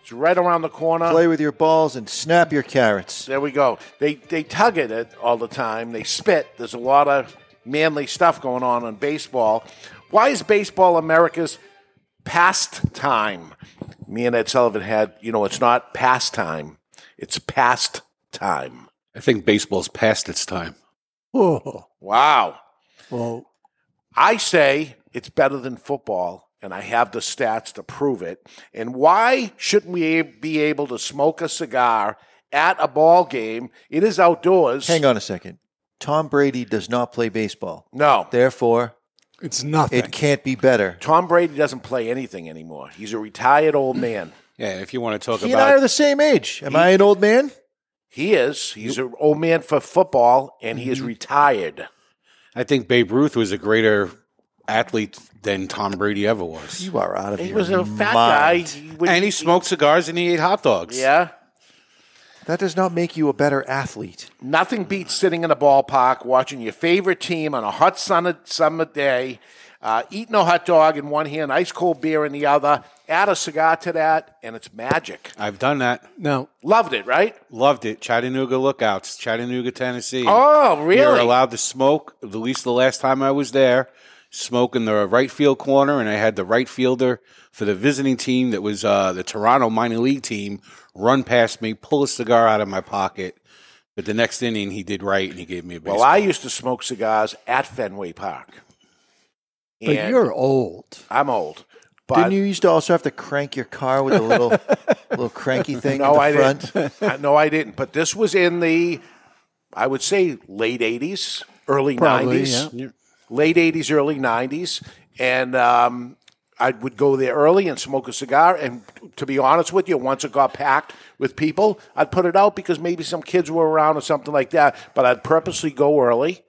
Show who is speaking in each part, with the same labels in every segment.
Speaker 1: It's right around the corner.
Speaker 2: Play with your balls and snap your carrots.
Speaker 1: There we go. They they tug at it all the time. They spit. There's a lot of manly stuff going on in baseball. Why is baseball America's pastime? Me and Ed Sullivan had, you know, it's not pastime. It's past time.
Speaker 3: I think baseball's past its time.
Speaker 2: Oh,
Speaker 1: Wow.
Speaker 2: well,
Speaker 1: I say it's better than football, and I have the stats to prove it. And why shouldn't we be able to smoke a cigar at a ball game? It is outdoors.
Speaker 2: hang on a second. Tom Brady does not play baseball.
Speaker 1: No.
Speaker 2: Therefore,
Speaker 4: It's nothing.
Speaker 2: it can't be better.
Speaker 1: Tom Brady doesn't play anything anymore. He's a retired old man.
Speaker 3: Yeah, and if you want to talk
Speaker 2: He and I are
Speaker 3: about
Speaker 2: the same age. Am I an old man?
Speaker 1: He is. He's an old man for football, and
Speaker 2: Mm-hmm.
Speaker 1: he is retired.
Speaker 3: I think Babe Ruth was a greater athlete than Tom Brady ever was.
Speaker 2: You are out of
Speaker 1: He
Speaker 2: your
Speaker 1: was a fat guy.
Speaker 2: mind.
Speaker 1: He would-
Speaker 3: And he smoked cigars and he ate hot dogs.
Speaker 1: Yeah.
Speaker 2: That does not make you a better athlete.
Speaker 1: Nothing beats sitting in a ballpark watching your favorite team on a hot summer, summer day, uh, eating a hot dog in one hand, ice cold beer in the other, add a cigar to that, and it's magic.
Speaker 3: I've done that.
Speaker 4: now,
Speaker 1: Loved it, right?
Speaker 3: Loved it. Chattanooga Lookouts, Chattanooga, Tennessee.
Speaker 1: Oh,
Speaker 3: You're
Speaker 1: really?
Speaker 3: allowed to smoke, at least the last time I was there, smoke in the right field corner. And I had the right fielder for the visiting team that was uh, the Toronto minor league team run past me, pull a cigar out of my pocket. But the next inning, he did right and he gave me a baseball.
Speaker 1: Well, I used to smoke cigars at Fenway Park.
Speaker 4: but
Speaker 1: And
Speaker 4: you're old.
Speaker 1: I'm old. But
Speaker 2: Didn't you used to also have to crank your car with a little, little cranky thing
Speaker 1: no, I
Speaker 2: in the front?
Speaker 1: didn't. I- no, I didn't. But this was in the, I would say, late 80s, early
Speaker 4: Probably,
Speaker 1: 90s.
Speaker 4: yeah.
Speaker 1: late 80s, early 90s. And um, I would go there early and smoke a cigar. And to be honest with you, once it got packed with people, I'd put it out because maybe some kids were around or something like that. But I'd purposely go early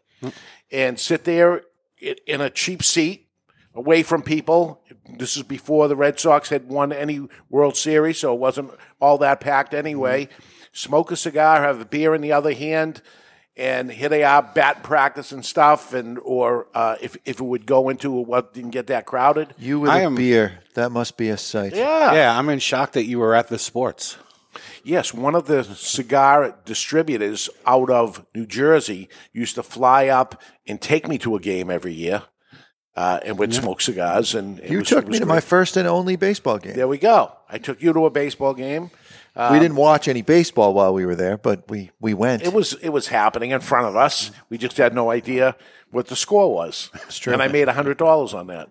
Speaker 1: and sit there i- in a cheap seat away from people. This is before the Red Sox had won any World Series, so it wasn't all that packed anyway. Smoke a cigar, have a beer in the other hand, and here they are bat practice and stuff. And or uh, if if it would go into what didn't get that crowded.
Speaker 2: You with a
Speaker 3: I am-
Speaker 2: beer. That must be a sight.
Speaker 1: Yeah.
Speaker 3: Yeah, I'm in shock that you were at the sports.
Speaker 1: Yes, one of the cigar distributors out of New Jersey used to fly up and take me to a game every year, uh, and would smoke cigars. And it
Speaker 2: You
Speaker 1: was- it
Speaker 2: took
Speaker 1: was
Speaker 2: me to
Speaker 1: great.
Speaker 2: my first and only baseball game.
Speaker 1: There we go. I took you to a baseball game.
Speaker 2: we didn't watch any baseball while we were there, but we, we went.
Speaker 1: It was it was happening in front of
Speaker 2: Mm-hmm.
Speaker 1: us. We just had no idea what the score was. And I made hundred dollars on that.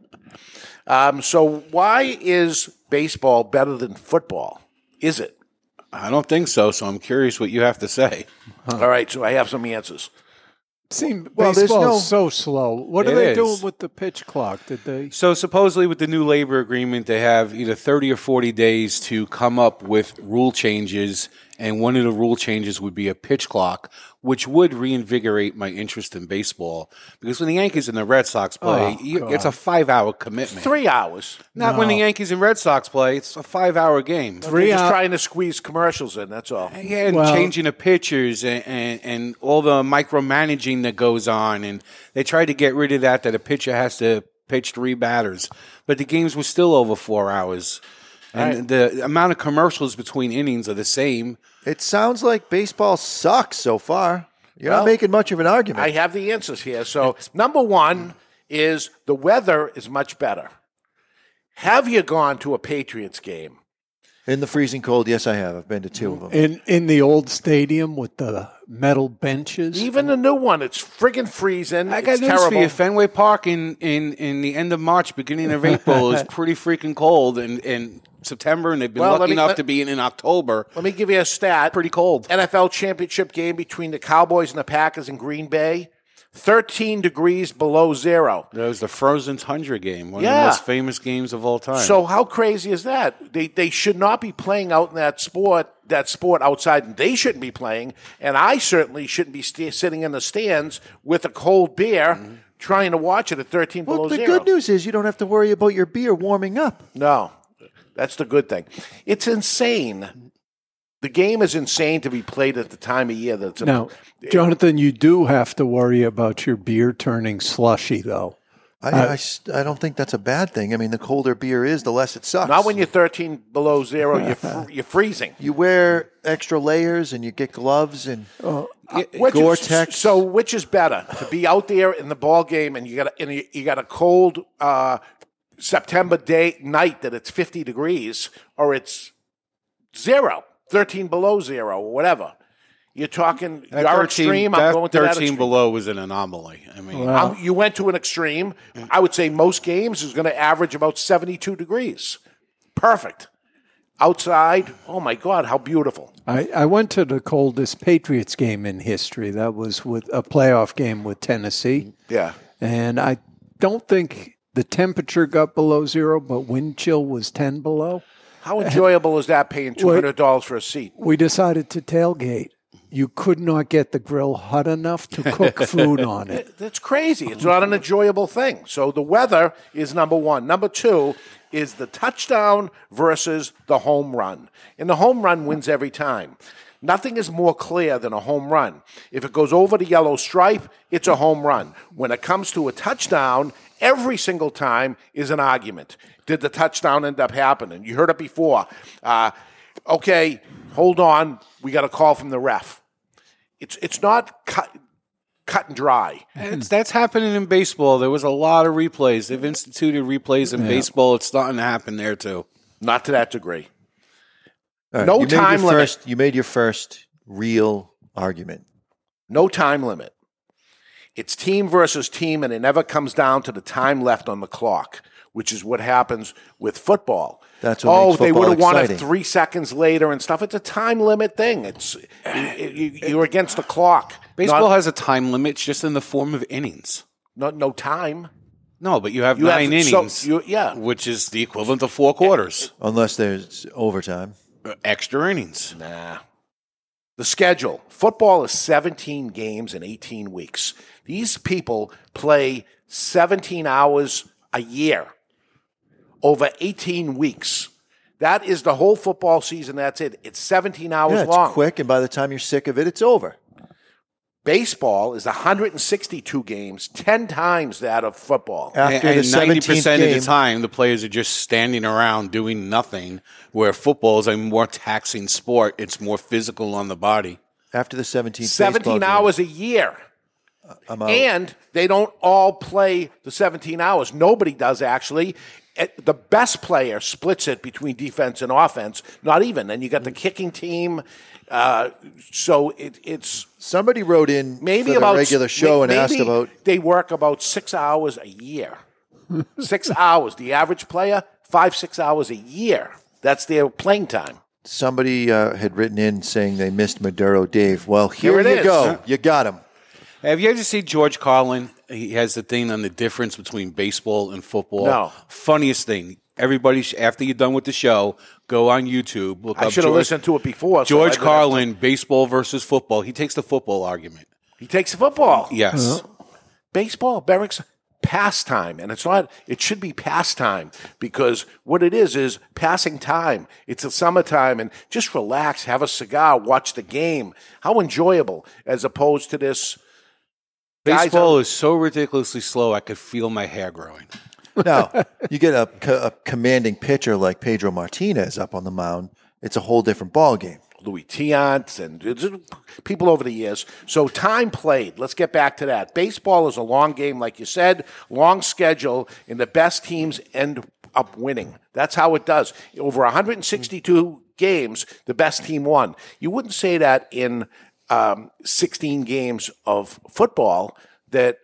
Speaker 1: Um, so why is baseball better than football? Is it?
Speaker 3: I don't think so, so I'm curious what you have to say.
Speaker 1: All right. So I have some answers.
Speaker 4: Seem
Speaker 2: Well, there's
Speaker 4: baseball's
Speaker 2: no-
Speaker 4: so slow. What are
Speaker 3: It
Speaker 4: they
Speaker 3: is.
Speaker 4: doing with the pitch clock? Did they?
Speaker 3: So supposedly with the new labor agreement they have either 30 or 40 days to come up with rule changes and one of the rule changes would be a pitch clock which would reinvigorate my interest in baseball because when the Yankees and the Red Sox play
Speaker 4: Oh,
Speaker 3: you,
Speaker 4: God.
Speaker 3: it's a 5-hour commitment.
Speaker 1: Three hours.
Speaker 3: Not when the Yankees and Red Sox play, it's a 5-hour game.
Speaker 1: We're
Speaker 4: Three
Speaker 1: just
Speaker 4: hours.
Speaker 1: trying to squeeze commercials in. That's all.
Speaker 3: Yeah, and
Speaker 4: Well-
Speaker 3: changing the pictures and, and, and all the micromanaging that goes on. And they tried to get rid of that, that a pitcher has to pitch three batters. But the games were still over four hours. And the amount of commercials between innings are the same.
Speaker 2: It sounds like baseball sucks so far. You're not making much of an argument.
Speaker 1: I have the answers here. So, number one is the weather is much better. Have you gone to a Patriots game?
Speaker 2: In the freezing cold, yes, I have. I've been to two of them.
Speaker 4: in in the old stadium with the metal benches.
Speaker 1: Even the new one, it's friggin' freezing.
Speaker 3: I got
Speaker 1: it's
Speaker 3: news
Speaker 1: terrible.
Speaker 3: for you. Fenway Park in, in, in the end of March, beginning of April is pretty freaking cold in, in September, and they've been
Speaker 1: Well, let
Speaker 3: lucky
Speaker 1: me-
Speaker 3: enough
Speaker 1: let-
Speaker 3: to be in, in October.
Speaker 1: Let me give you a stat.
Speaker 3: Pretty cold.
Speaker 1: NFL championship game between the Cowboys and the Packers in Green Bay, 13 degrees below zero.
Speaker 3: That was the Frozen Tundra game, one of
Speaker 1: Yeah.
Speaker 3: the most famous games of all time.
Speaker 1: So how crazy is that? They they should not be playing out in that sport that sport outside, and they shouldn't be playing. And I certainly shouldn't be sta sitting in the stands with a cold beer trying to watch it at thirteen
Speaker 2: Well,
Speaker 1: below
Speaker 2: the
Speaker 1: zero.
Speaker 2: good news is you don't have to worry about your beer warming up.
Speaker 1: No, that's the good thing. It's insane. The game is insane to be played at the time of year that's
Speaker 4: Now, Jonathan, you do have to worry about your beer turning slushy, though.
Speaker 2: I,
Speaker 3: Uh,
Speaker 2: I s- I don't think that's a bad thing. I mean, the colder beer is, the less it sucks.
Speaker 1: Not when you're 13 below zero. You're fr- you're freezing.
Speaker 2: you wear extra layers and you get gloves and
Speaker 1: Uh, Which is-
Speaker 2: Gore-Tex.
Speaker 1: so which is better to be out there in the ball game and you got a, and you, you got a cold uh, September day night that it's 50 degrees or it's zero, 13 below zero or whatever. You're talking
Speaker 3: That
Speaker 1: you're extreme.
Speaker 3: that
Speaker 1: I'm going to that
Speaker 3: 13
Speaker 1: extreme.
Speaker 3: below was an anomaly. I mean,
Speaker 1: I'm- you went to an extreme. I would say most games is going to average about 72 degrees. Perfect. Outside, oh my God, how beautiful.
Speaker 4: I, I went to the coldest Patriots game in history. That was with a playoff game with Tennessee.
Speaker 1: Yeah.
Speaker 4: And I don't think the temperature got below zero, but wind chill was 10 below.
Speaker 1: How enjoyable is that paying $200 for a seat?
Speaker 4: We decided to tailgate. You could not get the grill hot enough to cook food on it.
Speaker 1: That's crazy. It's not an enjoyable thing. So the weather is number one. Number two is the touchdown versus the home run. And the home run wins every time. Nothing is more clear than a home run. If it goes over the yellow stripe, it's a home run. When it comes to a touchdown, every single time is an argument. Did the touchdown end up happening? You heard it before. Uh, okay, hold on. We got a call from the ref. It's, it's not cut, cut and dry.
Speaker 3: It's, that's happening in baseball. There was a lot of replays. They've instituted replays in baseball. It's starting to happen there too.
Speaker 1: Not to that degree.
Speaker 2: All right,
Speaker 1: No
Speaker 2: you made your
Speaker 1: time limit.
Speaker 2: First, you made your first real argument.
Speaker 1: No time limit. It's team versus team, and it never comes down to the time left on the clock, which is what happens with football.
Speaker 2: That's what
Speaker 1: oh,
Speaker 2: makes
Speaker 1: they
Speaker 2: football
Speaker 1: would have won it
Speaker 2: exciting.
Speaker 1: three seconds later and stuff. It's a time limit thing. It's you, you, you're against the clock.
Speaker 3: Baseball
Speaker 1: not,
Speaker 3: has a time limit it's just in the form of innings.
Speaker 1: not- no time.
Speaker 3: No, but you have
Speaker 1: You have-
Speaker 3: nine
Speaker 1: so-
Speaker 3: innings,
Speaker 1: you- yeah.
Speaker 3: which is the equivalent of four quarters,
Speaker 2: Unless there's overtime.
Speaker 3: Uh, extra innings.
Speaker 1: Nah. The schedule. Football is 17 games in 18 weeks. These people play 17 hours a year over 18 weeks. That is the whole football season. That's it. It's 17 hours
Speaker 2: Yeah, it's
Speaker 1: long.
Speaker 2: quick, and by the time you're sick of it, it's over.
Speaker 1: Baseball is 162 games, 10 times that of football.
Speaker 2: After
Speaker 3: and
Speaker 2: the 17th
Speaker 3: percent
Speaker 2: game,
Speaker 3: of the time, the players are just standing around doing nothing. Where football is a more taxing sport, it's more physical on the body.
Speaker 2: after the 17th,
Speaker 1: 17
Speaker 2: baseball
Speaker 1: hours a year.
Speaker 2: Game, I'm out.
Speaker 1: And they don't all play the 17 hours. Nobody does, actually. It- the best player splits it between defense and offense, not even. And you
Speaker 2: Mm.
Speaker 1: got the kicking team. Uh, so it, it's
Speaker 2: Somebody wrote in
Speaker 1: maybe
Speaker 2: for the
Speaker 1: about
Speaker 2: regular show and
Speaker 1: maybe
Speaker 2: asked about
Speaker 1: They work about six hours a year. six hours. The average player, five, six hours a year. That's their playing time.
Speaker 2: somebody uh, had written in saying they missed Maduro Dave. Well,
Speaker 1: Here
Speaker 2: here,
Speaker 1: it
Speaker 2: you
Speaker 1: is.
Speaker 2: go. You got him.
Speaker 3: Have you ever seen George Carlin? He has the thing on the difference between baseball and football.
Speaker 1: No.
Speaker 3: Funniest thing. Everybody, sh- after you're done with the show, go on YouTube. Look
Speaker 1: I
Speaker 3: up
Speaker 1: should have
Speaker 3: George-
Speaker 1: listened to it before. so I
Speaker 3: George
Speaker 1: would've-
Speaker 3: Carlin, baseball versus football. He takes the football argument.
Speaker 1: He takes football.
Speaker 3: Yes.
Speaker 1: baseball barracks pastime and it's not it should be pastime because what it is is passing time it's the summertime and just relax have a cigar watch the game how enjoyable as opposed to this Guys,
Speaker 3: Baseball is so ridiculously slow, I could feel my hair growing.
Speaker 2: Now, you get a, co- a commanding pitcher like Pedro Martinez up on the mound, it's a whole different ball game.
Speaker 1: Louis Tiant and it's- people over the years. So time played. Let's get back to that. Baseball is a long game, like you said, long schedule, and the best teams end up winning. That's how it does. Over 162 games, the best team won. You wouldn't say that in um, 16 games of football that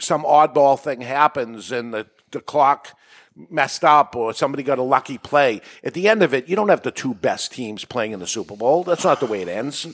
Speaker 1: some oddball thing happens and the, the clock messed up or somebody got a lucky play. At the end of it, you don't have the two best teams playing in the Super Bowl. That's not the way it ends.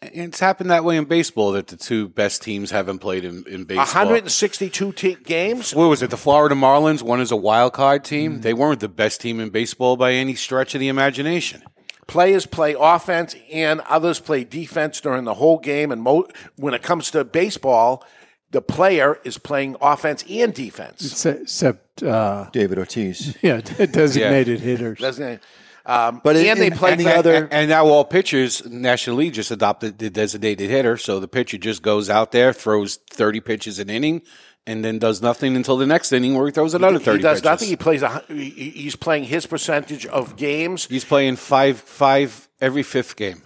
Speaker 3: It's happened that way in baseball that the two best teams haven't played in, in baseball.
Speaker 1: 162 t- games.
Speaker 3: what was it? The Florida Marlins. One is a wild card
Speaker 1: Mm-hmm.
Speaker 3: team. They weren't the best team in baseball by any stretch of the imagination.
Speaker 1: Players play offense and others play defense during the whole game. And mo- when it comes to baseball, the player is playing offense and defense.
Speaker 4: Ex- Except, uh,
Speaker 2: David Ortiz.
Speaker 4: yeah, designated hitters.
Speaker 1: Doesn't it? Um,
Speaker 2: But in-
Speaker 1: and they
Speaker 2: in
Speaker 1: play
Speaker 2: any
Speaker 1: fa-
Speaker 2: other-
Speaker 3: And, and now all pitchers, National League just adopted the designated hitter, so the pitcher just goes out there, throws thirty pitches an inning, and then does nothing until the next inning where he throws another thirty.
Speaker 1: He does
Speaker 3: pitches.
Speaker 1: nothing. He plays. A, hu- he- he- he's playing his percentage of games
Speaker 3: He's playing five five every fifth game.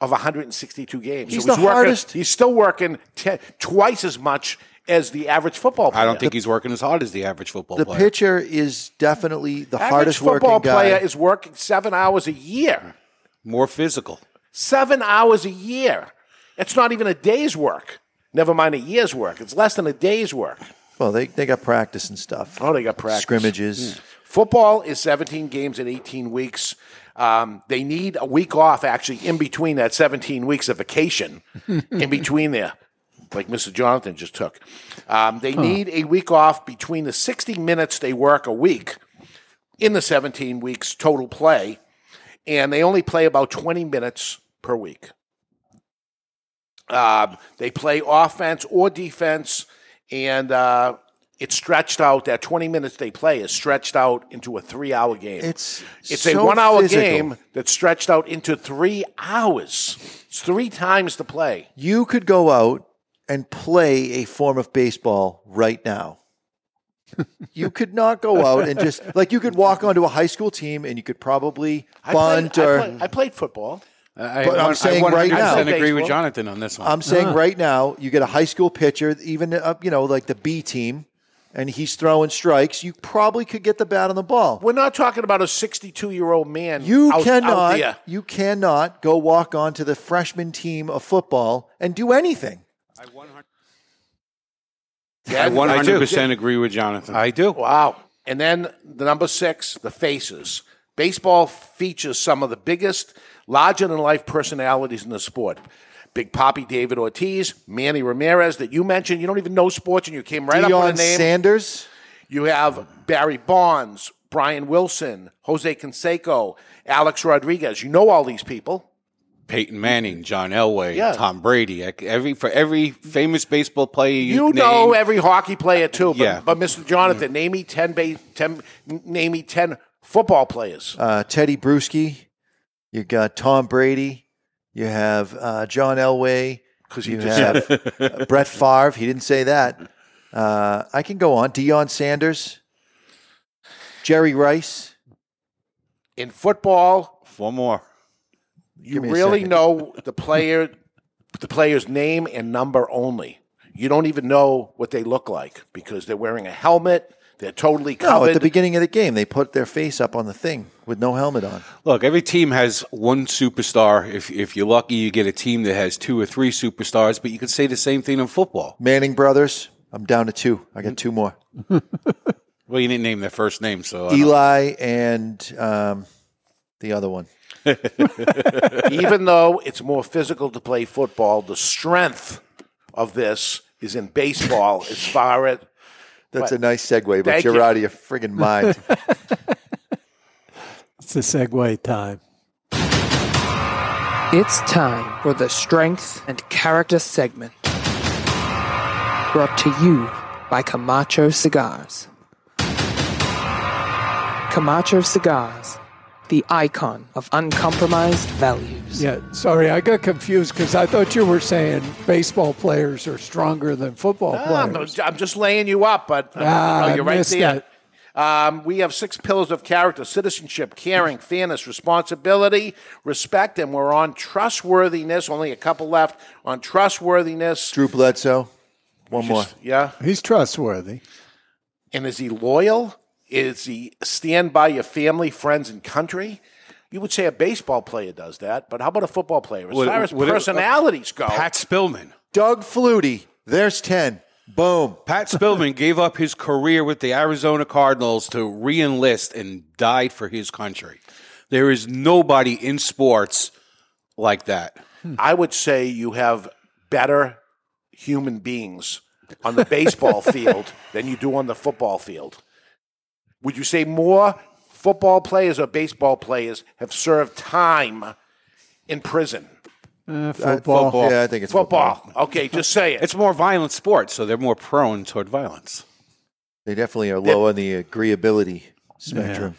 Speaker 1: of 162 games.
Speaker 2: He's
Speaker 1: So
Speaker 2: the
Speaker 1: working-
Speaker 2: hardest-
Speaker 1: He's still working te- twice as much as the average football player.
Speaker 3: I don't think he's working as hard as the average football
Speaker 2: The
Speaker 3: player.
Speaker 2: pitcher is definitely the
Speaker 1: average
Speaker 2: hardest
Speaker 1: football
Speaker 2: working guy.
Speaker 1: player is working seven hours a year.
Speaker 3: More physical.
Speaker 1: Seven hours a year. It's not even a day's work. Never mind a year's work. It's less than a day's work.
Speaker 2: well, they, they got practice and stuff.
Speaker 1: Oh, they got practice. Hmm.
Speaker 2: Scrimmages.
Speaker 1: Football is 17 games in 18 weeks. Um, they need a week off, actually, in between that 17 weeks of vacation, in between there, like Mr. Jonathan just took. Um, they need a week off between the 60 minutes they work a week in the 17 weeks total play, and they only play about 20 minutes per week. Um, they play offense or defense, and uh, it's stretched out. That 20 minutes they play is stretched out into a three hour game.
Speaker 2: It's
Speaker 1: it's
Speaker 2: so
Speaker 1: a one hour
Speaker 2: physical.
Speaker 1: game that's stretched out into three hours. It's three times the play.
Speaker 2: You could go out and play a form of baseball right now. you could not go out and just like you could walk onto a high school team and you could probably bunt
Speaker 1: I, played,
Speaker 2: or
Speaker 1: I, played, I played football.
Speaker 3: I,
Speaker 2: But I'm saying right now- Um,
Speaker 3: I agree with
Speaker 1: Baseball.
Speaker 3: Jonathan on this one.
Speaker 2: I'm saying
Speaker 1: Uh-huh.
Speaker 2: right now, you get a high school pitcher, even uh, you know like the B team, and he's throwing strikes. You probably could get the bat on the ball.
Speaker 1: We're not talking about a 62 year old man.
Speaker 2: You
Speaker 1: out, Out
Speaker 2: cannot,
Speaker 1: there.
Speaker 2: you cannot go walk onto the freshman team of football and do anything.
Speaker 3: I
Speaker 1: Yeah,
Speaker 3: 100
Speaker 1: do.
Speaker 3: percent agree with Jonathan. I do.
Speaker 1: Wow. And then the number six, the faces. Baseball features some of the biggest, larger than life personalities in the sport. Big Poppy David Ortiz, Manny Ramirez, that you mentioned. You don't even know sports and you came right up
Speaker 2: Deion
Speaker 1: with a name.
Speaker 2: Sanders,
Speaker 1: You have Barry Bonds, Brian Wilson, Jose Canseco, Alex Rodriguez. You know all these people.
Speaker 3: Peyton Manning, John Elway,
Speaker 1: Yeah.
Speaker 3: Tom Brady. ec- Every for every famous baseball player you,
Speaker 1: You know
Speaker 3: name,
Speaker 1: every hockey player too. But,
Speaker 3: Yeah.
Speaker 1: but Mr. Jonathan, name me ten, ba- 10 n- name me ten football players.
Speaker 2: uh, Teddy Bruschi, you got Tom Brady, you have uh, John Elway,
Speaker 1: Because
Speaker 2: you have uh, Brett Favre. He didn't say that. Uh, I can go on. Deion Sanders, Jerry Rice.
Speaker 1: in football,
Speaker 3: Four more.
Speaker 1: you
Speaker 2: me a
Speaker 1: really
Speaker 2: second.
Speaker 1: know the player the player's name and number only you don't even know what they look like because they're wearing a helmet they're totally
Speaker 2: No,
Speaker 1: covered
Speaker 2: at the beginning of the game, they put their face up on the thing with no helmet on.
Speaker 3: Look, every team has one superstar. If if you're lucky, you get a team that has two or three superstars. But you could say the same thing in football.
Speaker 2: Manning brothers, I'm down to two. I got two more.
Speaker 3: Well, you didn't name their first name, so I don't-
Speaker 2: Eli and um, the other one.
Speaker 1: even though it's more physical to play football the strength of this is in baseball as far as
Speaker 2: That's a nice segue, but
Speaker 1: Thank
Speaker 2: you're
Speaker 1: you.
Speaker 2: out of your friggin' mind.
Speaker 4: It's the segue time.
Speaker 5: It's time for the Strength and Character segment. Brought to you by Camacho Cigars. Camacho Cigars, the icon of uncompromised values.
Speaker 4: Yeah, sorry, I got confused because I thought you were saying baseball players are stronger than football
Speaker 1: I'm,
Speaker 4: players.
Speaker 1: I'm just laying you up but
Speaker 4: Ah,
Speaker 1: no,
Speaker 4: I
Speaker 1: you're right
Speaker 4: missed
Speaker 1: there
Speaker 4: that.
Speaker 1: Um, we have six pillars of character citizenship, caring, fairness, responsibility, respect, and we're on trustworthiness. Only a couple left on trustworthiness.
Speaker 2: Drew Bledsoe. One more.
Speaker 1: Yeah.
Speaker 4: He's trustworthy.
Speaker 1: And is he loyal? Is he stand by your family, friends, and country? You would say a baseball player does that, but how about a football player? As
Speaker 3: Would-
Speaker 1: far as
Speaker 3: would it-
Speaker 1: personalities go,
Speaker 3: Pat Spillman.
Speaker 2: Doug Flutie. There's 10. Boom.
Speaker 3: Pat Spillman gave up his career with the Arizona Cardinals to re enlist and died for his country. There is nobody in sports like that.
Speaker 1: I would say you have better human beings on the baseball field than you do on the football field. Would you say more football players or baseball players have served time in prison?
Speaker 4: Uh, football.
Speaker 2: Yeah, I think it's football.
Speaker 1: Football. Okay, just say it.
Speaker 3: It's more violent sports, so they're more prone toward violence.
Speaker 2: They definitely are low on the agreeability spectrum.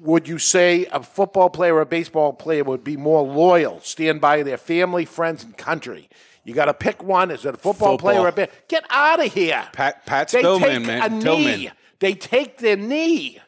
Speaker 1: would you say a football player or a baseball player would be more loyal, stand by their family, friends, and country? You got to pick one. Is it a football,
Speaker 3: Football.
Speaker 1: player or a ba- Get out of here.
Speaker 3: Pat- Pat
Speaker 1: they
Speaker 3: Spillman,
Speaker 1: take
Speaker 3: man.
Speaker 1: a
Speaker 3: Tillman.
Speaker 1: knee. They take their knee.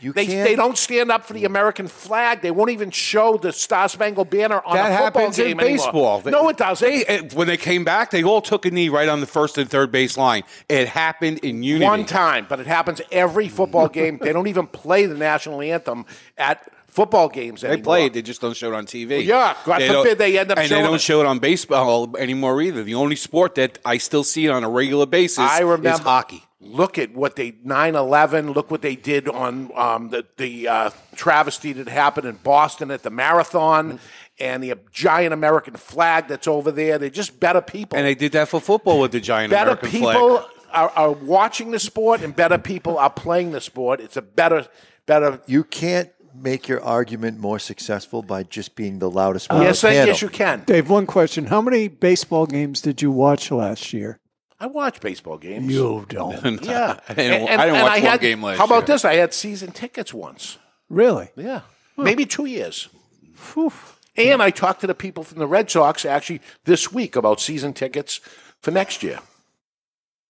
Speaker 2: You
Speaker 1: They,
Speaker 2: can't.
Speaker 1: they don't stand up for the American flag. They won't even show the Star Spangled Banner on
Speaker 3: that
Speaker 1: a football
Speaker 3: happens in
Speaker 1: game anymore.
Speaker 3: baseball.
Speaker 1: No, it doesn't.
Speaker 3: They, eh, when they came back, they all took a knee right on the first and third base line. It happened in unity.
Speaker 1: one time, but it happens every football game. They don't even play the national anthem at football games
Speaker 3: They
Speaker 1: anymore.
Speaker 3: play it. They just don't show it on TV.
Speaker 1: yeah, God
Speaker 3: don't-
Speaker 1: forbid they end up
Speaker 3: And they
Speaker 1: showing
Speaker 3: don't
Speaker 1: it.
Speaker 3: show it on baseball anymore either. The only sport that I still see it on a regular basis
Speaker 1: I remember
Speaker 3: is hockey.
Speaker 1: Look at what they 9/11. Look what they did on um, the the uh, travesty that happened in Boston at the
Speaker 3: Mm-hmm.
Speaker 1: marathon, and the giant American flag that's over there. They're just better people.
Speaker 3: And they did that for football with the giant
Speaker 1: better
Speaker 3: American
Speaker 1: people
Speaker 3: flag.
Speaker 1: Are, are watching the sport, and better people are playing the sport. It's a better better.
Speaker 2: You can't make your argument more successful by just being the loudest one. on
Speaker 1: yes,
Speaker 2: the
Speaker 1: I,
Speaker 2: panel.
Speaker 1: yes, you can.
Speaker 4: Dave, one question. How many baseball games did you watch last year?
Speaker 1: I watch baseball games.
Speaker 4: You don't.
Speaker 1: yeah,
Speaker 3: I didn't- I didn't watch one
Speaker 1: had-
Speaker 3: game last
Speaker 1: How about
Speaker 3: year.
Speaker 1: this? I had season tickets once.
Speaker 4: really?
Speaker 1: Yeah. Maybe two years.
Speaker 4: Phew.
Speaker 1: And I talked to the people from the Red Sox actually this week about season tickets for next year.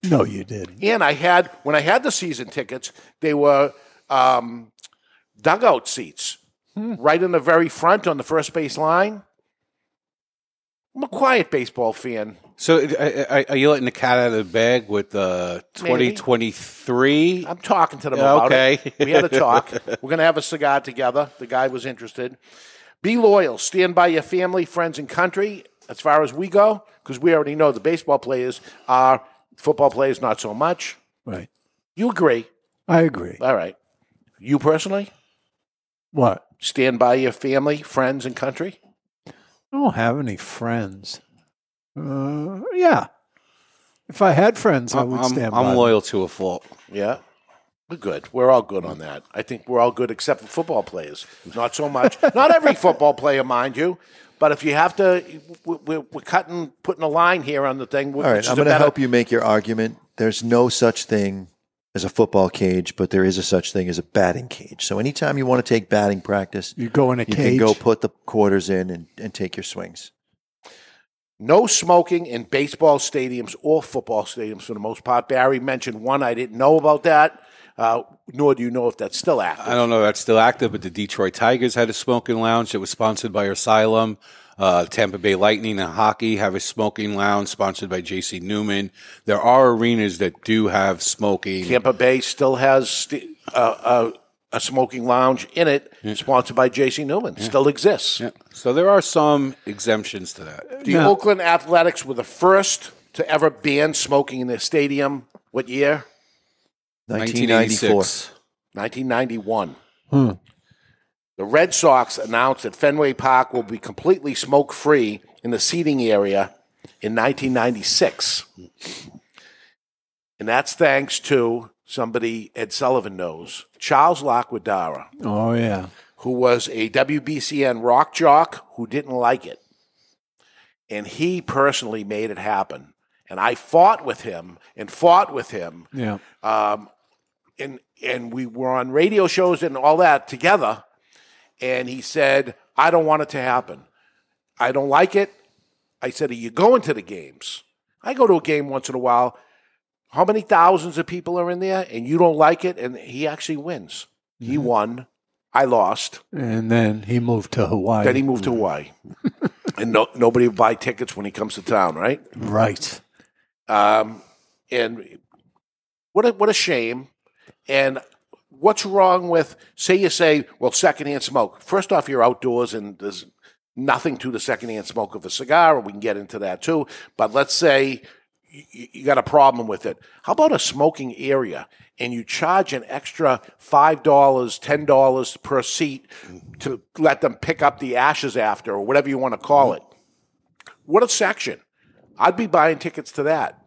Speaker 4: No, you didn't.
Speaker 1: And I had, when I had the season tickets, they were um, dugout seats right in the very front on the first base line. I'm a quiet baseball fan.
Speaker 3: So uh, are you letting the cat out of the bag with uh, 2023?
Speaker 1: I'm talking to them
Speaker 3: Yeah,
Speaker 1: about
Speaker 3: okay.
Speaker 1: it. We had a talk. We're going to have a cigar together. The guy was interested. Be loyal. Stand by your family, friends, and country as far as we go, because we already know the baseball players are, football players, not so much.
Speaker 4: Right.
Speaker 1: You agree.
Speaker 4: I agree.
Speaker 1: All right. You personally?
Speaker 4: What?
Speaker 1: Stand by your family, friends, and country?
Speaker 4: I don't have any friends. Uh, yeah. If I had friends, i
Speaker 3: I'm,
Speaker 4: would
Speaker 3: I'm-
Speaker 4: stand by
Speaker 3: I'm
Speaker 4: them.
Speaker 3: loyal to a fault.
Speaker 1: Yeah. We're good. We're all good on that. I think we're all good except for football players. Not so much. Not every football player, mind you. But if you have to, we- we're, we're cutting, putting a line here on the thing.
Speaker 2: All right, I'm going to help you make your argument. There's no such thing as a football cage, but there is a such thing as a batting cage. So anytime you want to take batting practice,
Speaker 4: You go in a
Speaker 2: you can
Speaker 4: cage.
Speaker 2: go put the quarters in and, and take your swings.
Speaker 1: No smoking in baseball stadiums or football stadiums for the most part. Barry mentioned one. I didn't know about that, uh, nor do you know if that's still active.
Speaker 3: I don't know if that's still active, but the Detroit Tigers had a smoking lounge that was sponsored by Asylum. Uh, Tampa Bay Lightning and hockey have a smoking lounge sponsored by J.C. Newman. There are arenas that do have smoking.
Speaker 1: Tampa Bay still has st- uh, uh, a smoking lounge in it, sponsored by J.C. Newman. Still exists.
Speaker 3: So there are some exemptions to that.
Speaker 1: The Oakland Athletics were the first to ever ban smoking in their stadium. What year?
Speaker 2: 1994.
Speaker 1: 1991.
Speaker 4: Hmm.
Speaker 1: The Red Sox announced that Fenway Park will be completely smoke free in the seating area in 1996. And that's thanks to somebody Ed Sullivan knows, Charles Lockwoodara,
Speaker 4: Oh, yeah.
Speaker 1: who was a WBCN rock jock who didn't like it. And he personally made it happen. And I fought with him and fought with him
Speaker 4: Yeah.
Speaker 1: um, and and we were on radio shows and all that together. And he said, "I don't want it to happen. I don't like it." I said, "Are you going to the games?" I go to a game once in a while. how many thousands of people are in there and you don't like it and he actually wins. He won. I lost.
Speaker 4: And then he moved to Hawaii.
Speaker 1: Then he moved to Hawaii. and no, nobody would buy tickets when he comes to town, right?
Speaker 4: right.
Speaker 1: Um, and what a, what a shame. And what's wrong with say you say, well, secondhand smoke. First off, you're outdoors and there's nothing to the secondhand smoke of a cigar, and we can get into that too. But let's say you, you got a problem with it. How about a smoking area and you charge an extra five dollars, ten dollars per seat to let them pick up the ashes after, or whatever you want to call it? What a section! I'd be buying tickets to that.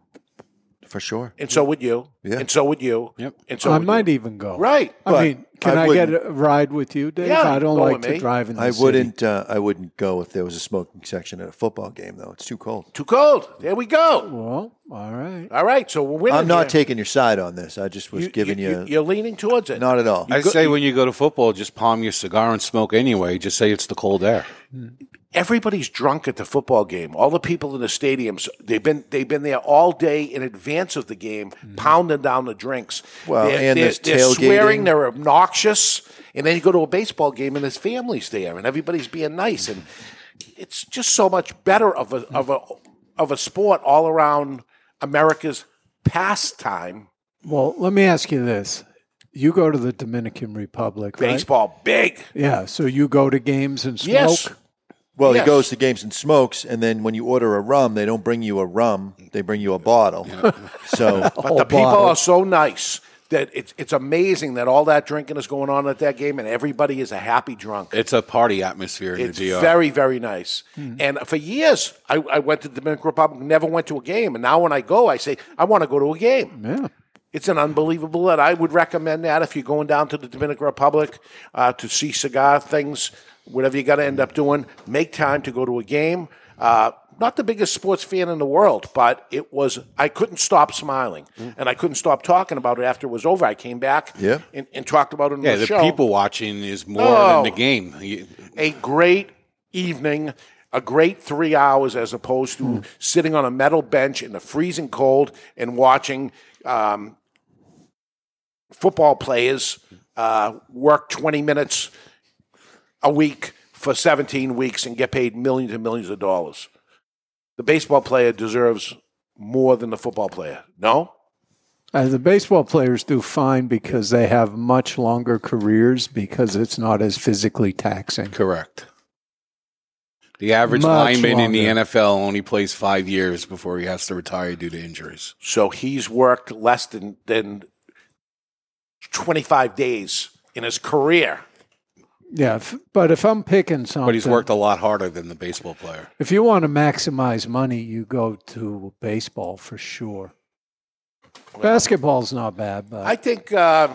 Speaker 2: for sure.
Speaker 1: And so would you.
Speaker 2: Yeah.
Speaker 1: And so would you.
Speaker 3: Yep.
Speaker 1: And so
Speaker 4: I
Speaker 1: would
Speaker 4: might
Speaker 1: you.
Speaker 4: even go.
Speaker 1: Right.
Speaker 4: I
Speaker 2: but
Speaker 4: mean, can
Speaker 2: I
Speaker 4: I, get
Speaker 2: wouldn't.
Speaker 4: a ride with you, Dave?
Speaker 1: Yeah,
Speaker 4: I don't
Speaker 1: go
Speaker 4: like
Speaker 1: with me.
Speaker 4: to drive in the
Speaker 2: I
Speaker 4: city.
Speaker 2: wouldn't. Uh, I wouldn't go if there was a smoking section at a football game, though. It's too cold.
Speaker 1: Too cold. There we go.
Speaker 4: Well, all right.
Speaker 1: All right. So we're winning.
Speaker 2: I'm not
Speaker 1: here.
Speaker 2: taking your side on this. I just was giving you,
Speaker 1: You're leaning towards it.
Speaker 2: not at all.
Speaker 3: I say when you go to football, just palm your cigar and smoke anyway. Just say it's the cold air.
Speaker 1: Everybody's drunk at the football game. All the people in the stadiums, they've been they've been there all day in advance of the game, pounding down the drinks.
Speaker 2: Well,
Speaker 1: they're,
Speaker 2: and
Speaker 1: they're,
Speaker 2: there's
Speaker 1: they're swearing,
Speaker 2: tailgating.
Speaker 1: they're obnoxious, and then you go to a baseball game and there's families there, and everybody's being nice, and it's just so much better of a of a of a sport all around America's pastime.
Speaker 4: Well, let me ask you this. You go to the Dominican Republic, right?
Speaker 1: Baseball, big.
Speaker 4: Yeah, so you go to games and smoke.
Speaker 1: Yes.
Speaker 2: Well,
Speaker 1: Yes.
Speaker 2: he goes to games and smokes, and then when you order a rum, they don't bring you a rum; they bring you a bottle. so
Speaker 1: But the people are so nice that it's it's amazing that all that drinking is going on at that game, and everybody is a happy drunk.
Speaker 3: It's a party atmosphere in
Speaker 1: It's
Speaker 3: the Hmm. DR.
Speaker 1: very very nice. And for years, I, I went to the Dominican Republic, never went to a game, and now when I go, I say I want to go to a game.
Speaker 4: Yeah.
Speaker 1: It's an unbelievable, and I would recommend that if you're going down to the Dominican Republic uh, to see cigar things, whatever you got to end up doing, make time to go to a game. Uh, not the biggest sports fan in the world, but it was, I couldn't stop smiling
Speaker 3: Hmm.
Speaker 1: and I couldn't stop talking about it after it was over. I came back
Speaker 2: Yeah.
Speaker 1: and, and talked about it on
Speaker 3: yeah,
Speaker 1: the,
Speaker 3: the
Speaker 1: show.
Speaker 3: people watching is more
Speaker 1: No.
Speaker 3: than the game. You-
Speaker 1: a great evening, a great three hours as opposed to sitting on a metal bench in the freezing cold and watching um, football players uh, work 20 minutes a week for 17 weeks and get paid millions and millions of dollars. The baseball player deserves more than the football player. No?
Speaker 4: Uh, the baseball players do fine because they have much longer careers because it's not as physically taxing.
Speaker 3: Correct. The average
Speaker 4: Much
Speaker 3: lineman in the
Speaker 4: longer.
Speaker 3: NFL only plays five years before he has to retire due to injuries.
Speaker 1: So he's worked less than, than 25 days in his career.
Speaker 4: Yeah, if, but if I'm picking something,
Speaker 3: But he's worked a lot harder than the baseball player.
Speaker 4: If you want to maximize money, you go to baseball for sure. Basketball's not bad, but
Speaker 1: I
Speaker 4: I,
Speaker 1: think uh,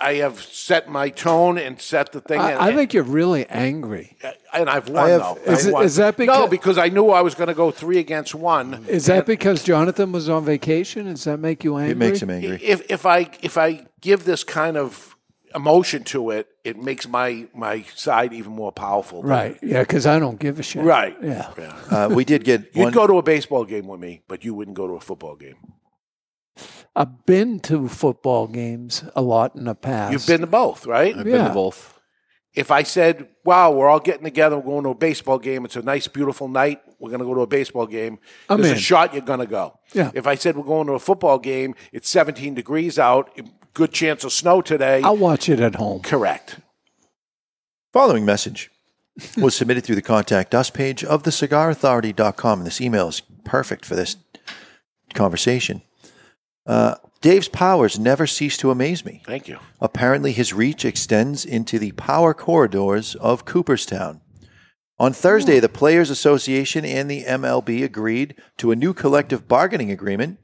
Speaker 1: I have set my tone and set the thing. and,
Speaker 4: I, think you're really angry.
Speaker 1: and I've won.
Speaker 2: I have-
Speaker 1: though.
Speaker 4: Is
Speaker 1: I've
Speaker 4: it-
Speaker 1: won.
Speaker 4: is that
Speaker 1: no?
Speaker 4: because-
Speaker 1: Because I knew I was going to go three against one.
Speaker 4: Is that because Jonathan was on vacation? Does that make you angry?
Speaker 2: it makes him angry.
Speaker 1: If if I if I give this kind of emotion to it, it makes my my side even more powerful.
Speaker 4: Right. Yeah, because I don't give a shit.
Speaker 1: Right.
Speaker 4: Yeah.
Speaker 2: Uh, we did get
Speaker 1: You'd
Speaker 2: one.
Speaker 1: go to a baseball game with me, but you wouldn't go to a football game.
Speaker 4: I've been to football games a lot in the past.
Speaker 1: You've been to both, right?
Speaker 3: I've been
Speaker 4: Yeah.
Speaker 3: to both.
Speaker 1: If I said, "Wow, we're all getting together, we're going to a baseball game. It's a nice, beautiful night. We're going to go to a baseball game,"
Speaker 4: I'm
Speaker 1: there's
Speaker 4: in.
Speaker 1: a shot you're going to go.
Speaker 4: Yeah.
Speaker 1: If I said we're going to a football game, it's 17 degrees out, good chance of snow today.
Speaker 4: I'll watch it at home.
Speaker 1: Correct.
Speaker 2: Following message was submitted through the contact us page of thecigarauthority.com, and this email is perfect for this conversation. Uh, Dave's powers never cease to amaze me.
Speaker 1: Thank you.
Speaker 2: Apparently, his reach extends into the power corridors of Cooperstown. On Thursday, the Players Association and the MLB agreed to a new collective bargaining agreement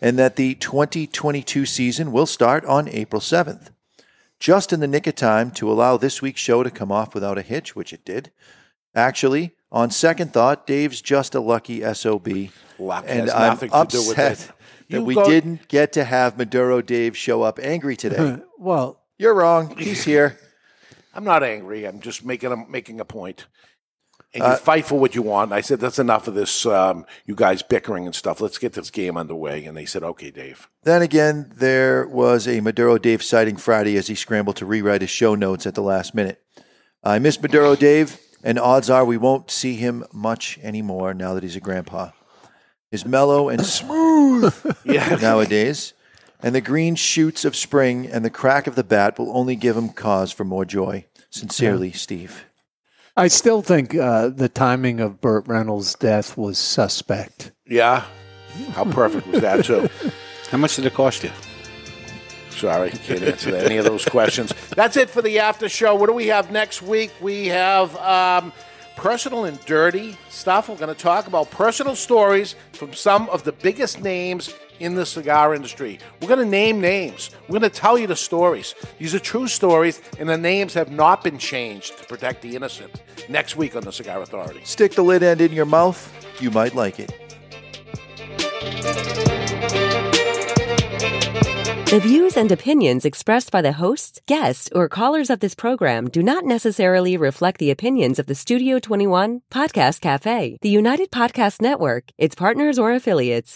Speaker 2: and that the 2022 season will start on April 7th. Just in the nick of time to allow this week's show to come off without a hitch, which it did. Actually, on second thought, Dave's just a lucky SOB.
Speaker 1: Luck
Speaker 2: and
Speaker 1: has
Speaker 2: I'm
Speaker 1: nothing to do with
Speaker 2: upset
Speaker 1: it.
Speaker 2: that
Speaker 1: You
Speaker 2: we
Speaker 1: go-
Speaker 2: didn't get to have Maduro Dave show up angry today.
Speaker 4: Well,
Speaker 2: You're wrong. He's here.
Speaker 1: I'm not angry. I'm just making a, making a point. and
Speaker 4: Uh,
Speaker 1: you fight for what you want. And I said, that's enough of this, um, you guys bickering and stuff. Let's get this game underway. And they said, okay, Dave.
Speaker 2: Then again, there was a Maduro Dave sighting Friday as he scrambled to rewrite his show notes at the last minute. I miss Maduro Dave, and odds are we won't see him much anymore now that he's a grandpa. He's mellow and smooth nowadays, and the green shoots of spring and the crack of the bat will only give him cause for more joy. Sincerely, Steve.
Speaker 4: I still think uh, the timing of Burt Reynolds' death was suspect.
Speaker 1: Yeah. How perfect was that, too?
Speaker 3: How much did it cost you?
Speaker 1: Sorry, can't answer that- any of those questions. That's it for the after show. What do we have next week? We have um, personal and dirty stuff. We're going to talk about personal stories from some of the biggest names in the cigar industry. We're going to name names. We're going to tell you the stories. These are true stories, and the names have not been changed to protect the innocent. Next week on the Cigar Authority.
Speaker 2: Stick the lid end in your mouth, you might like it.
Speaker 6: The views and opinions expressed by the hosts, guests, or callers of this program do not necessarily reflect the opinions of the Studio 21 Podcast Cafe, the United Podcast Network, its partners, or affiliates.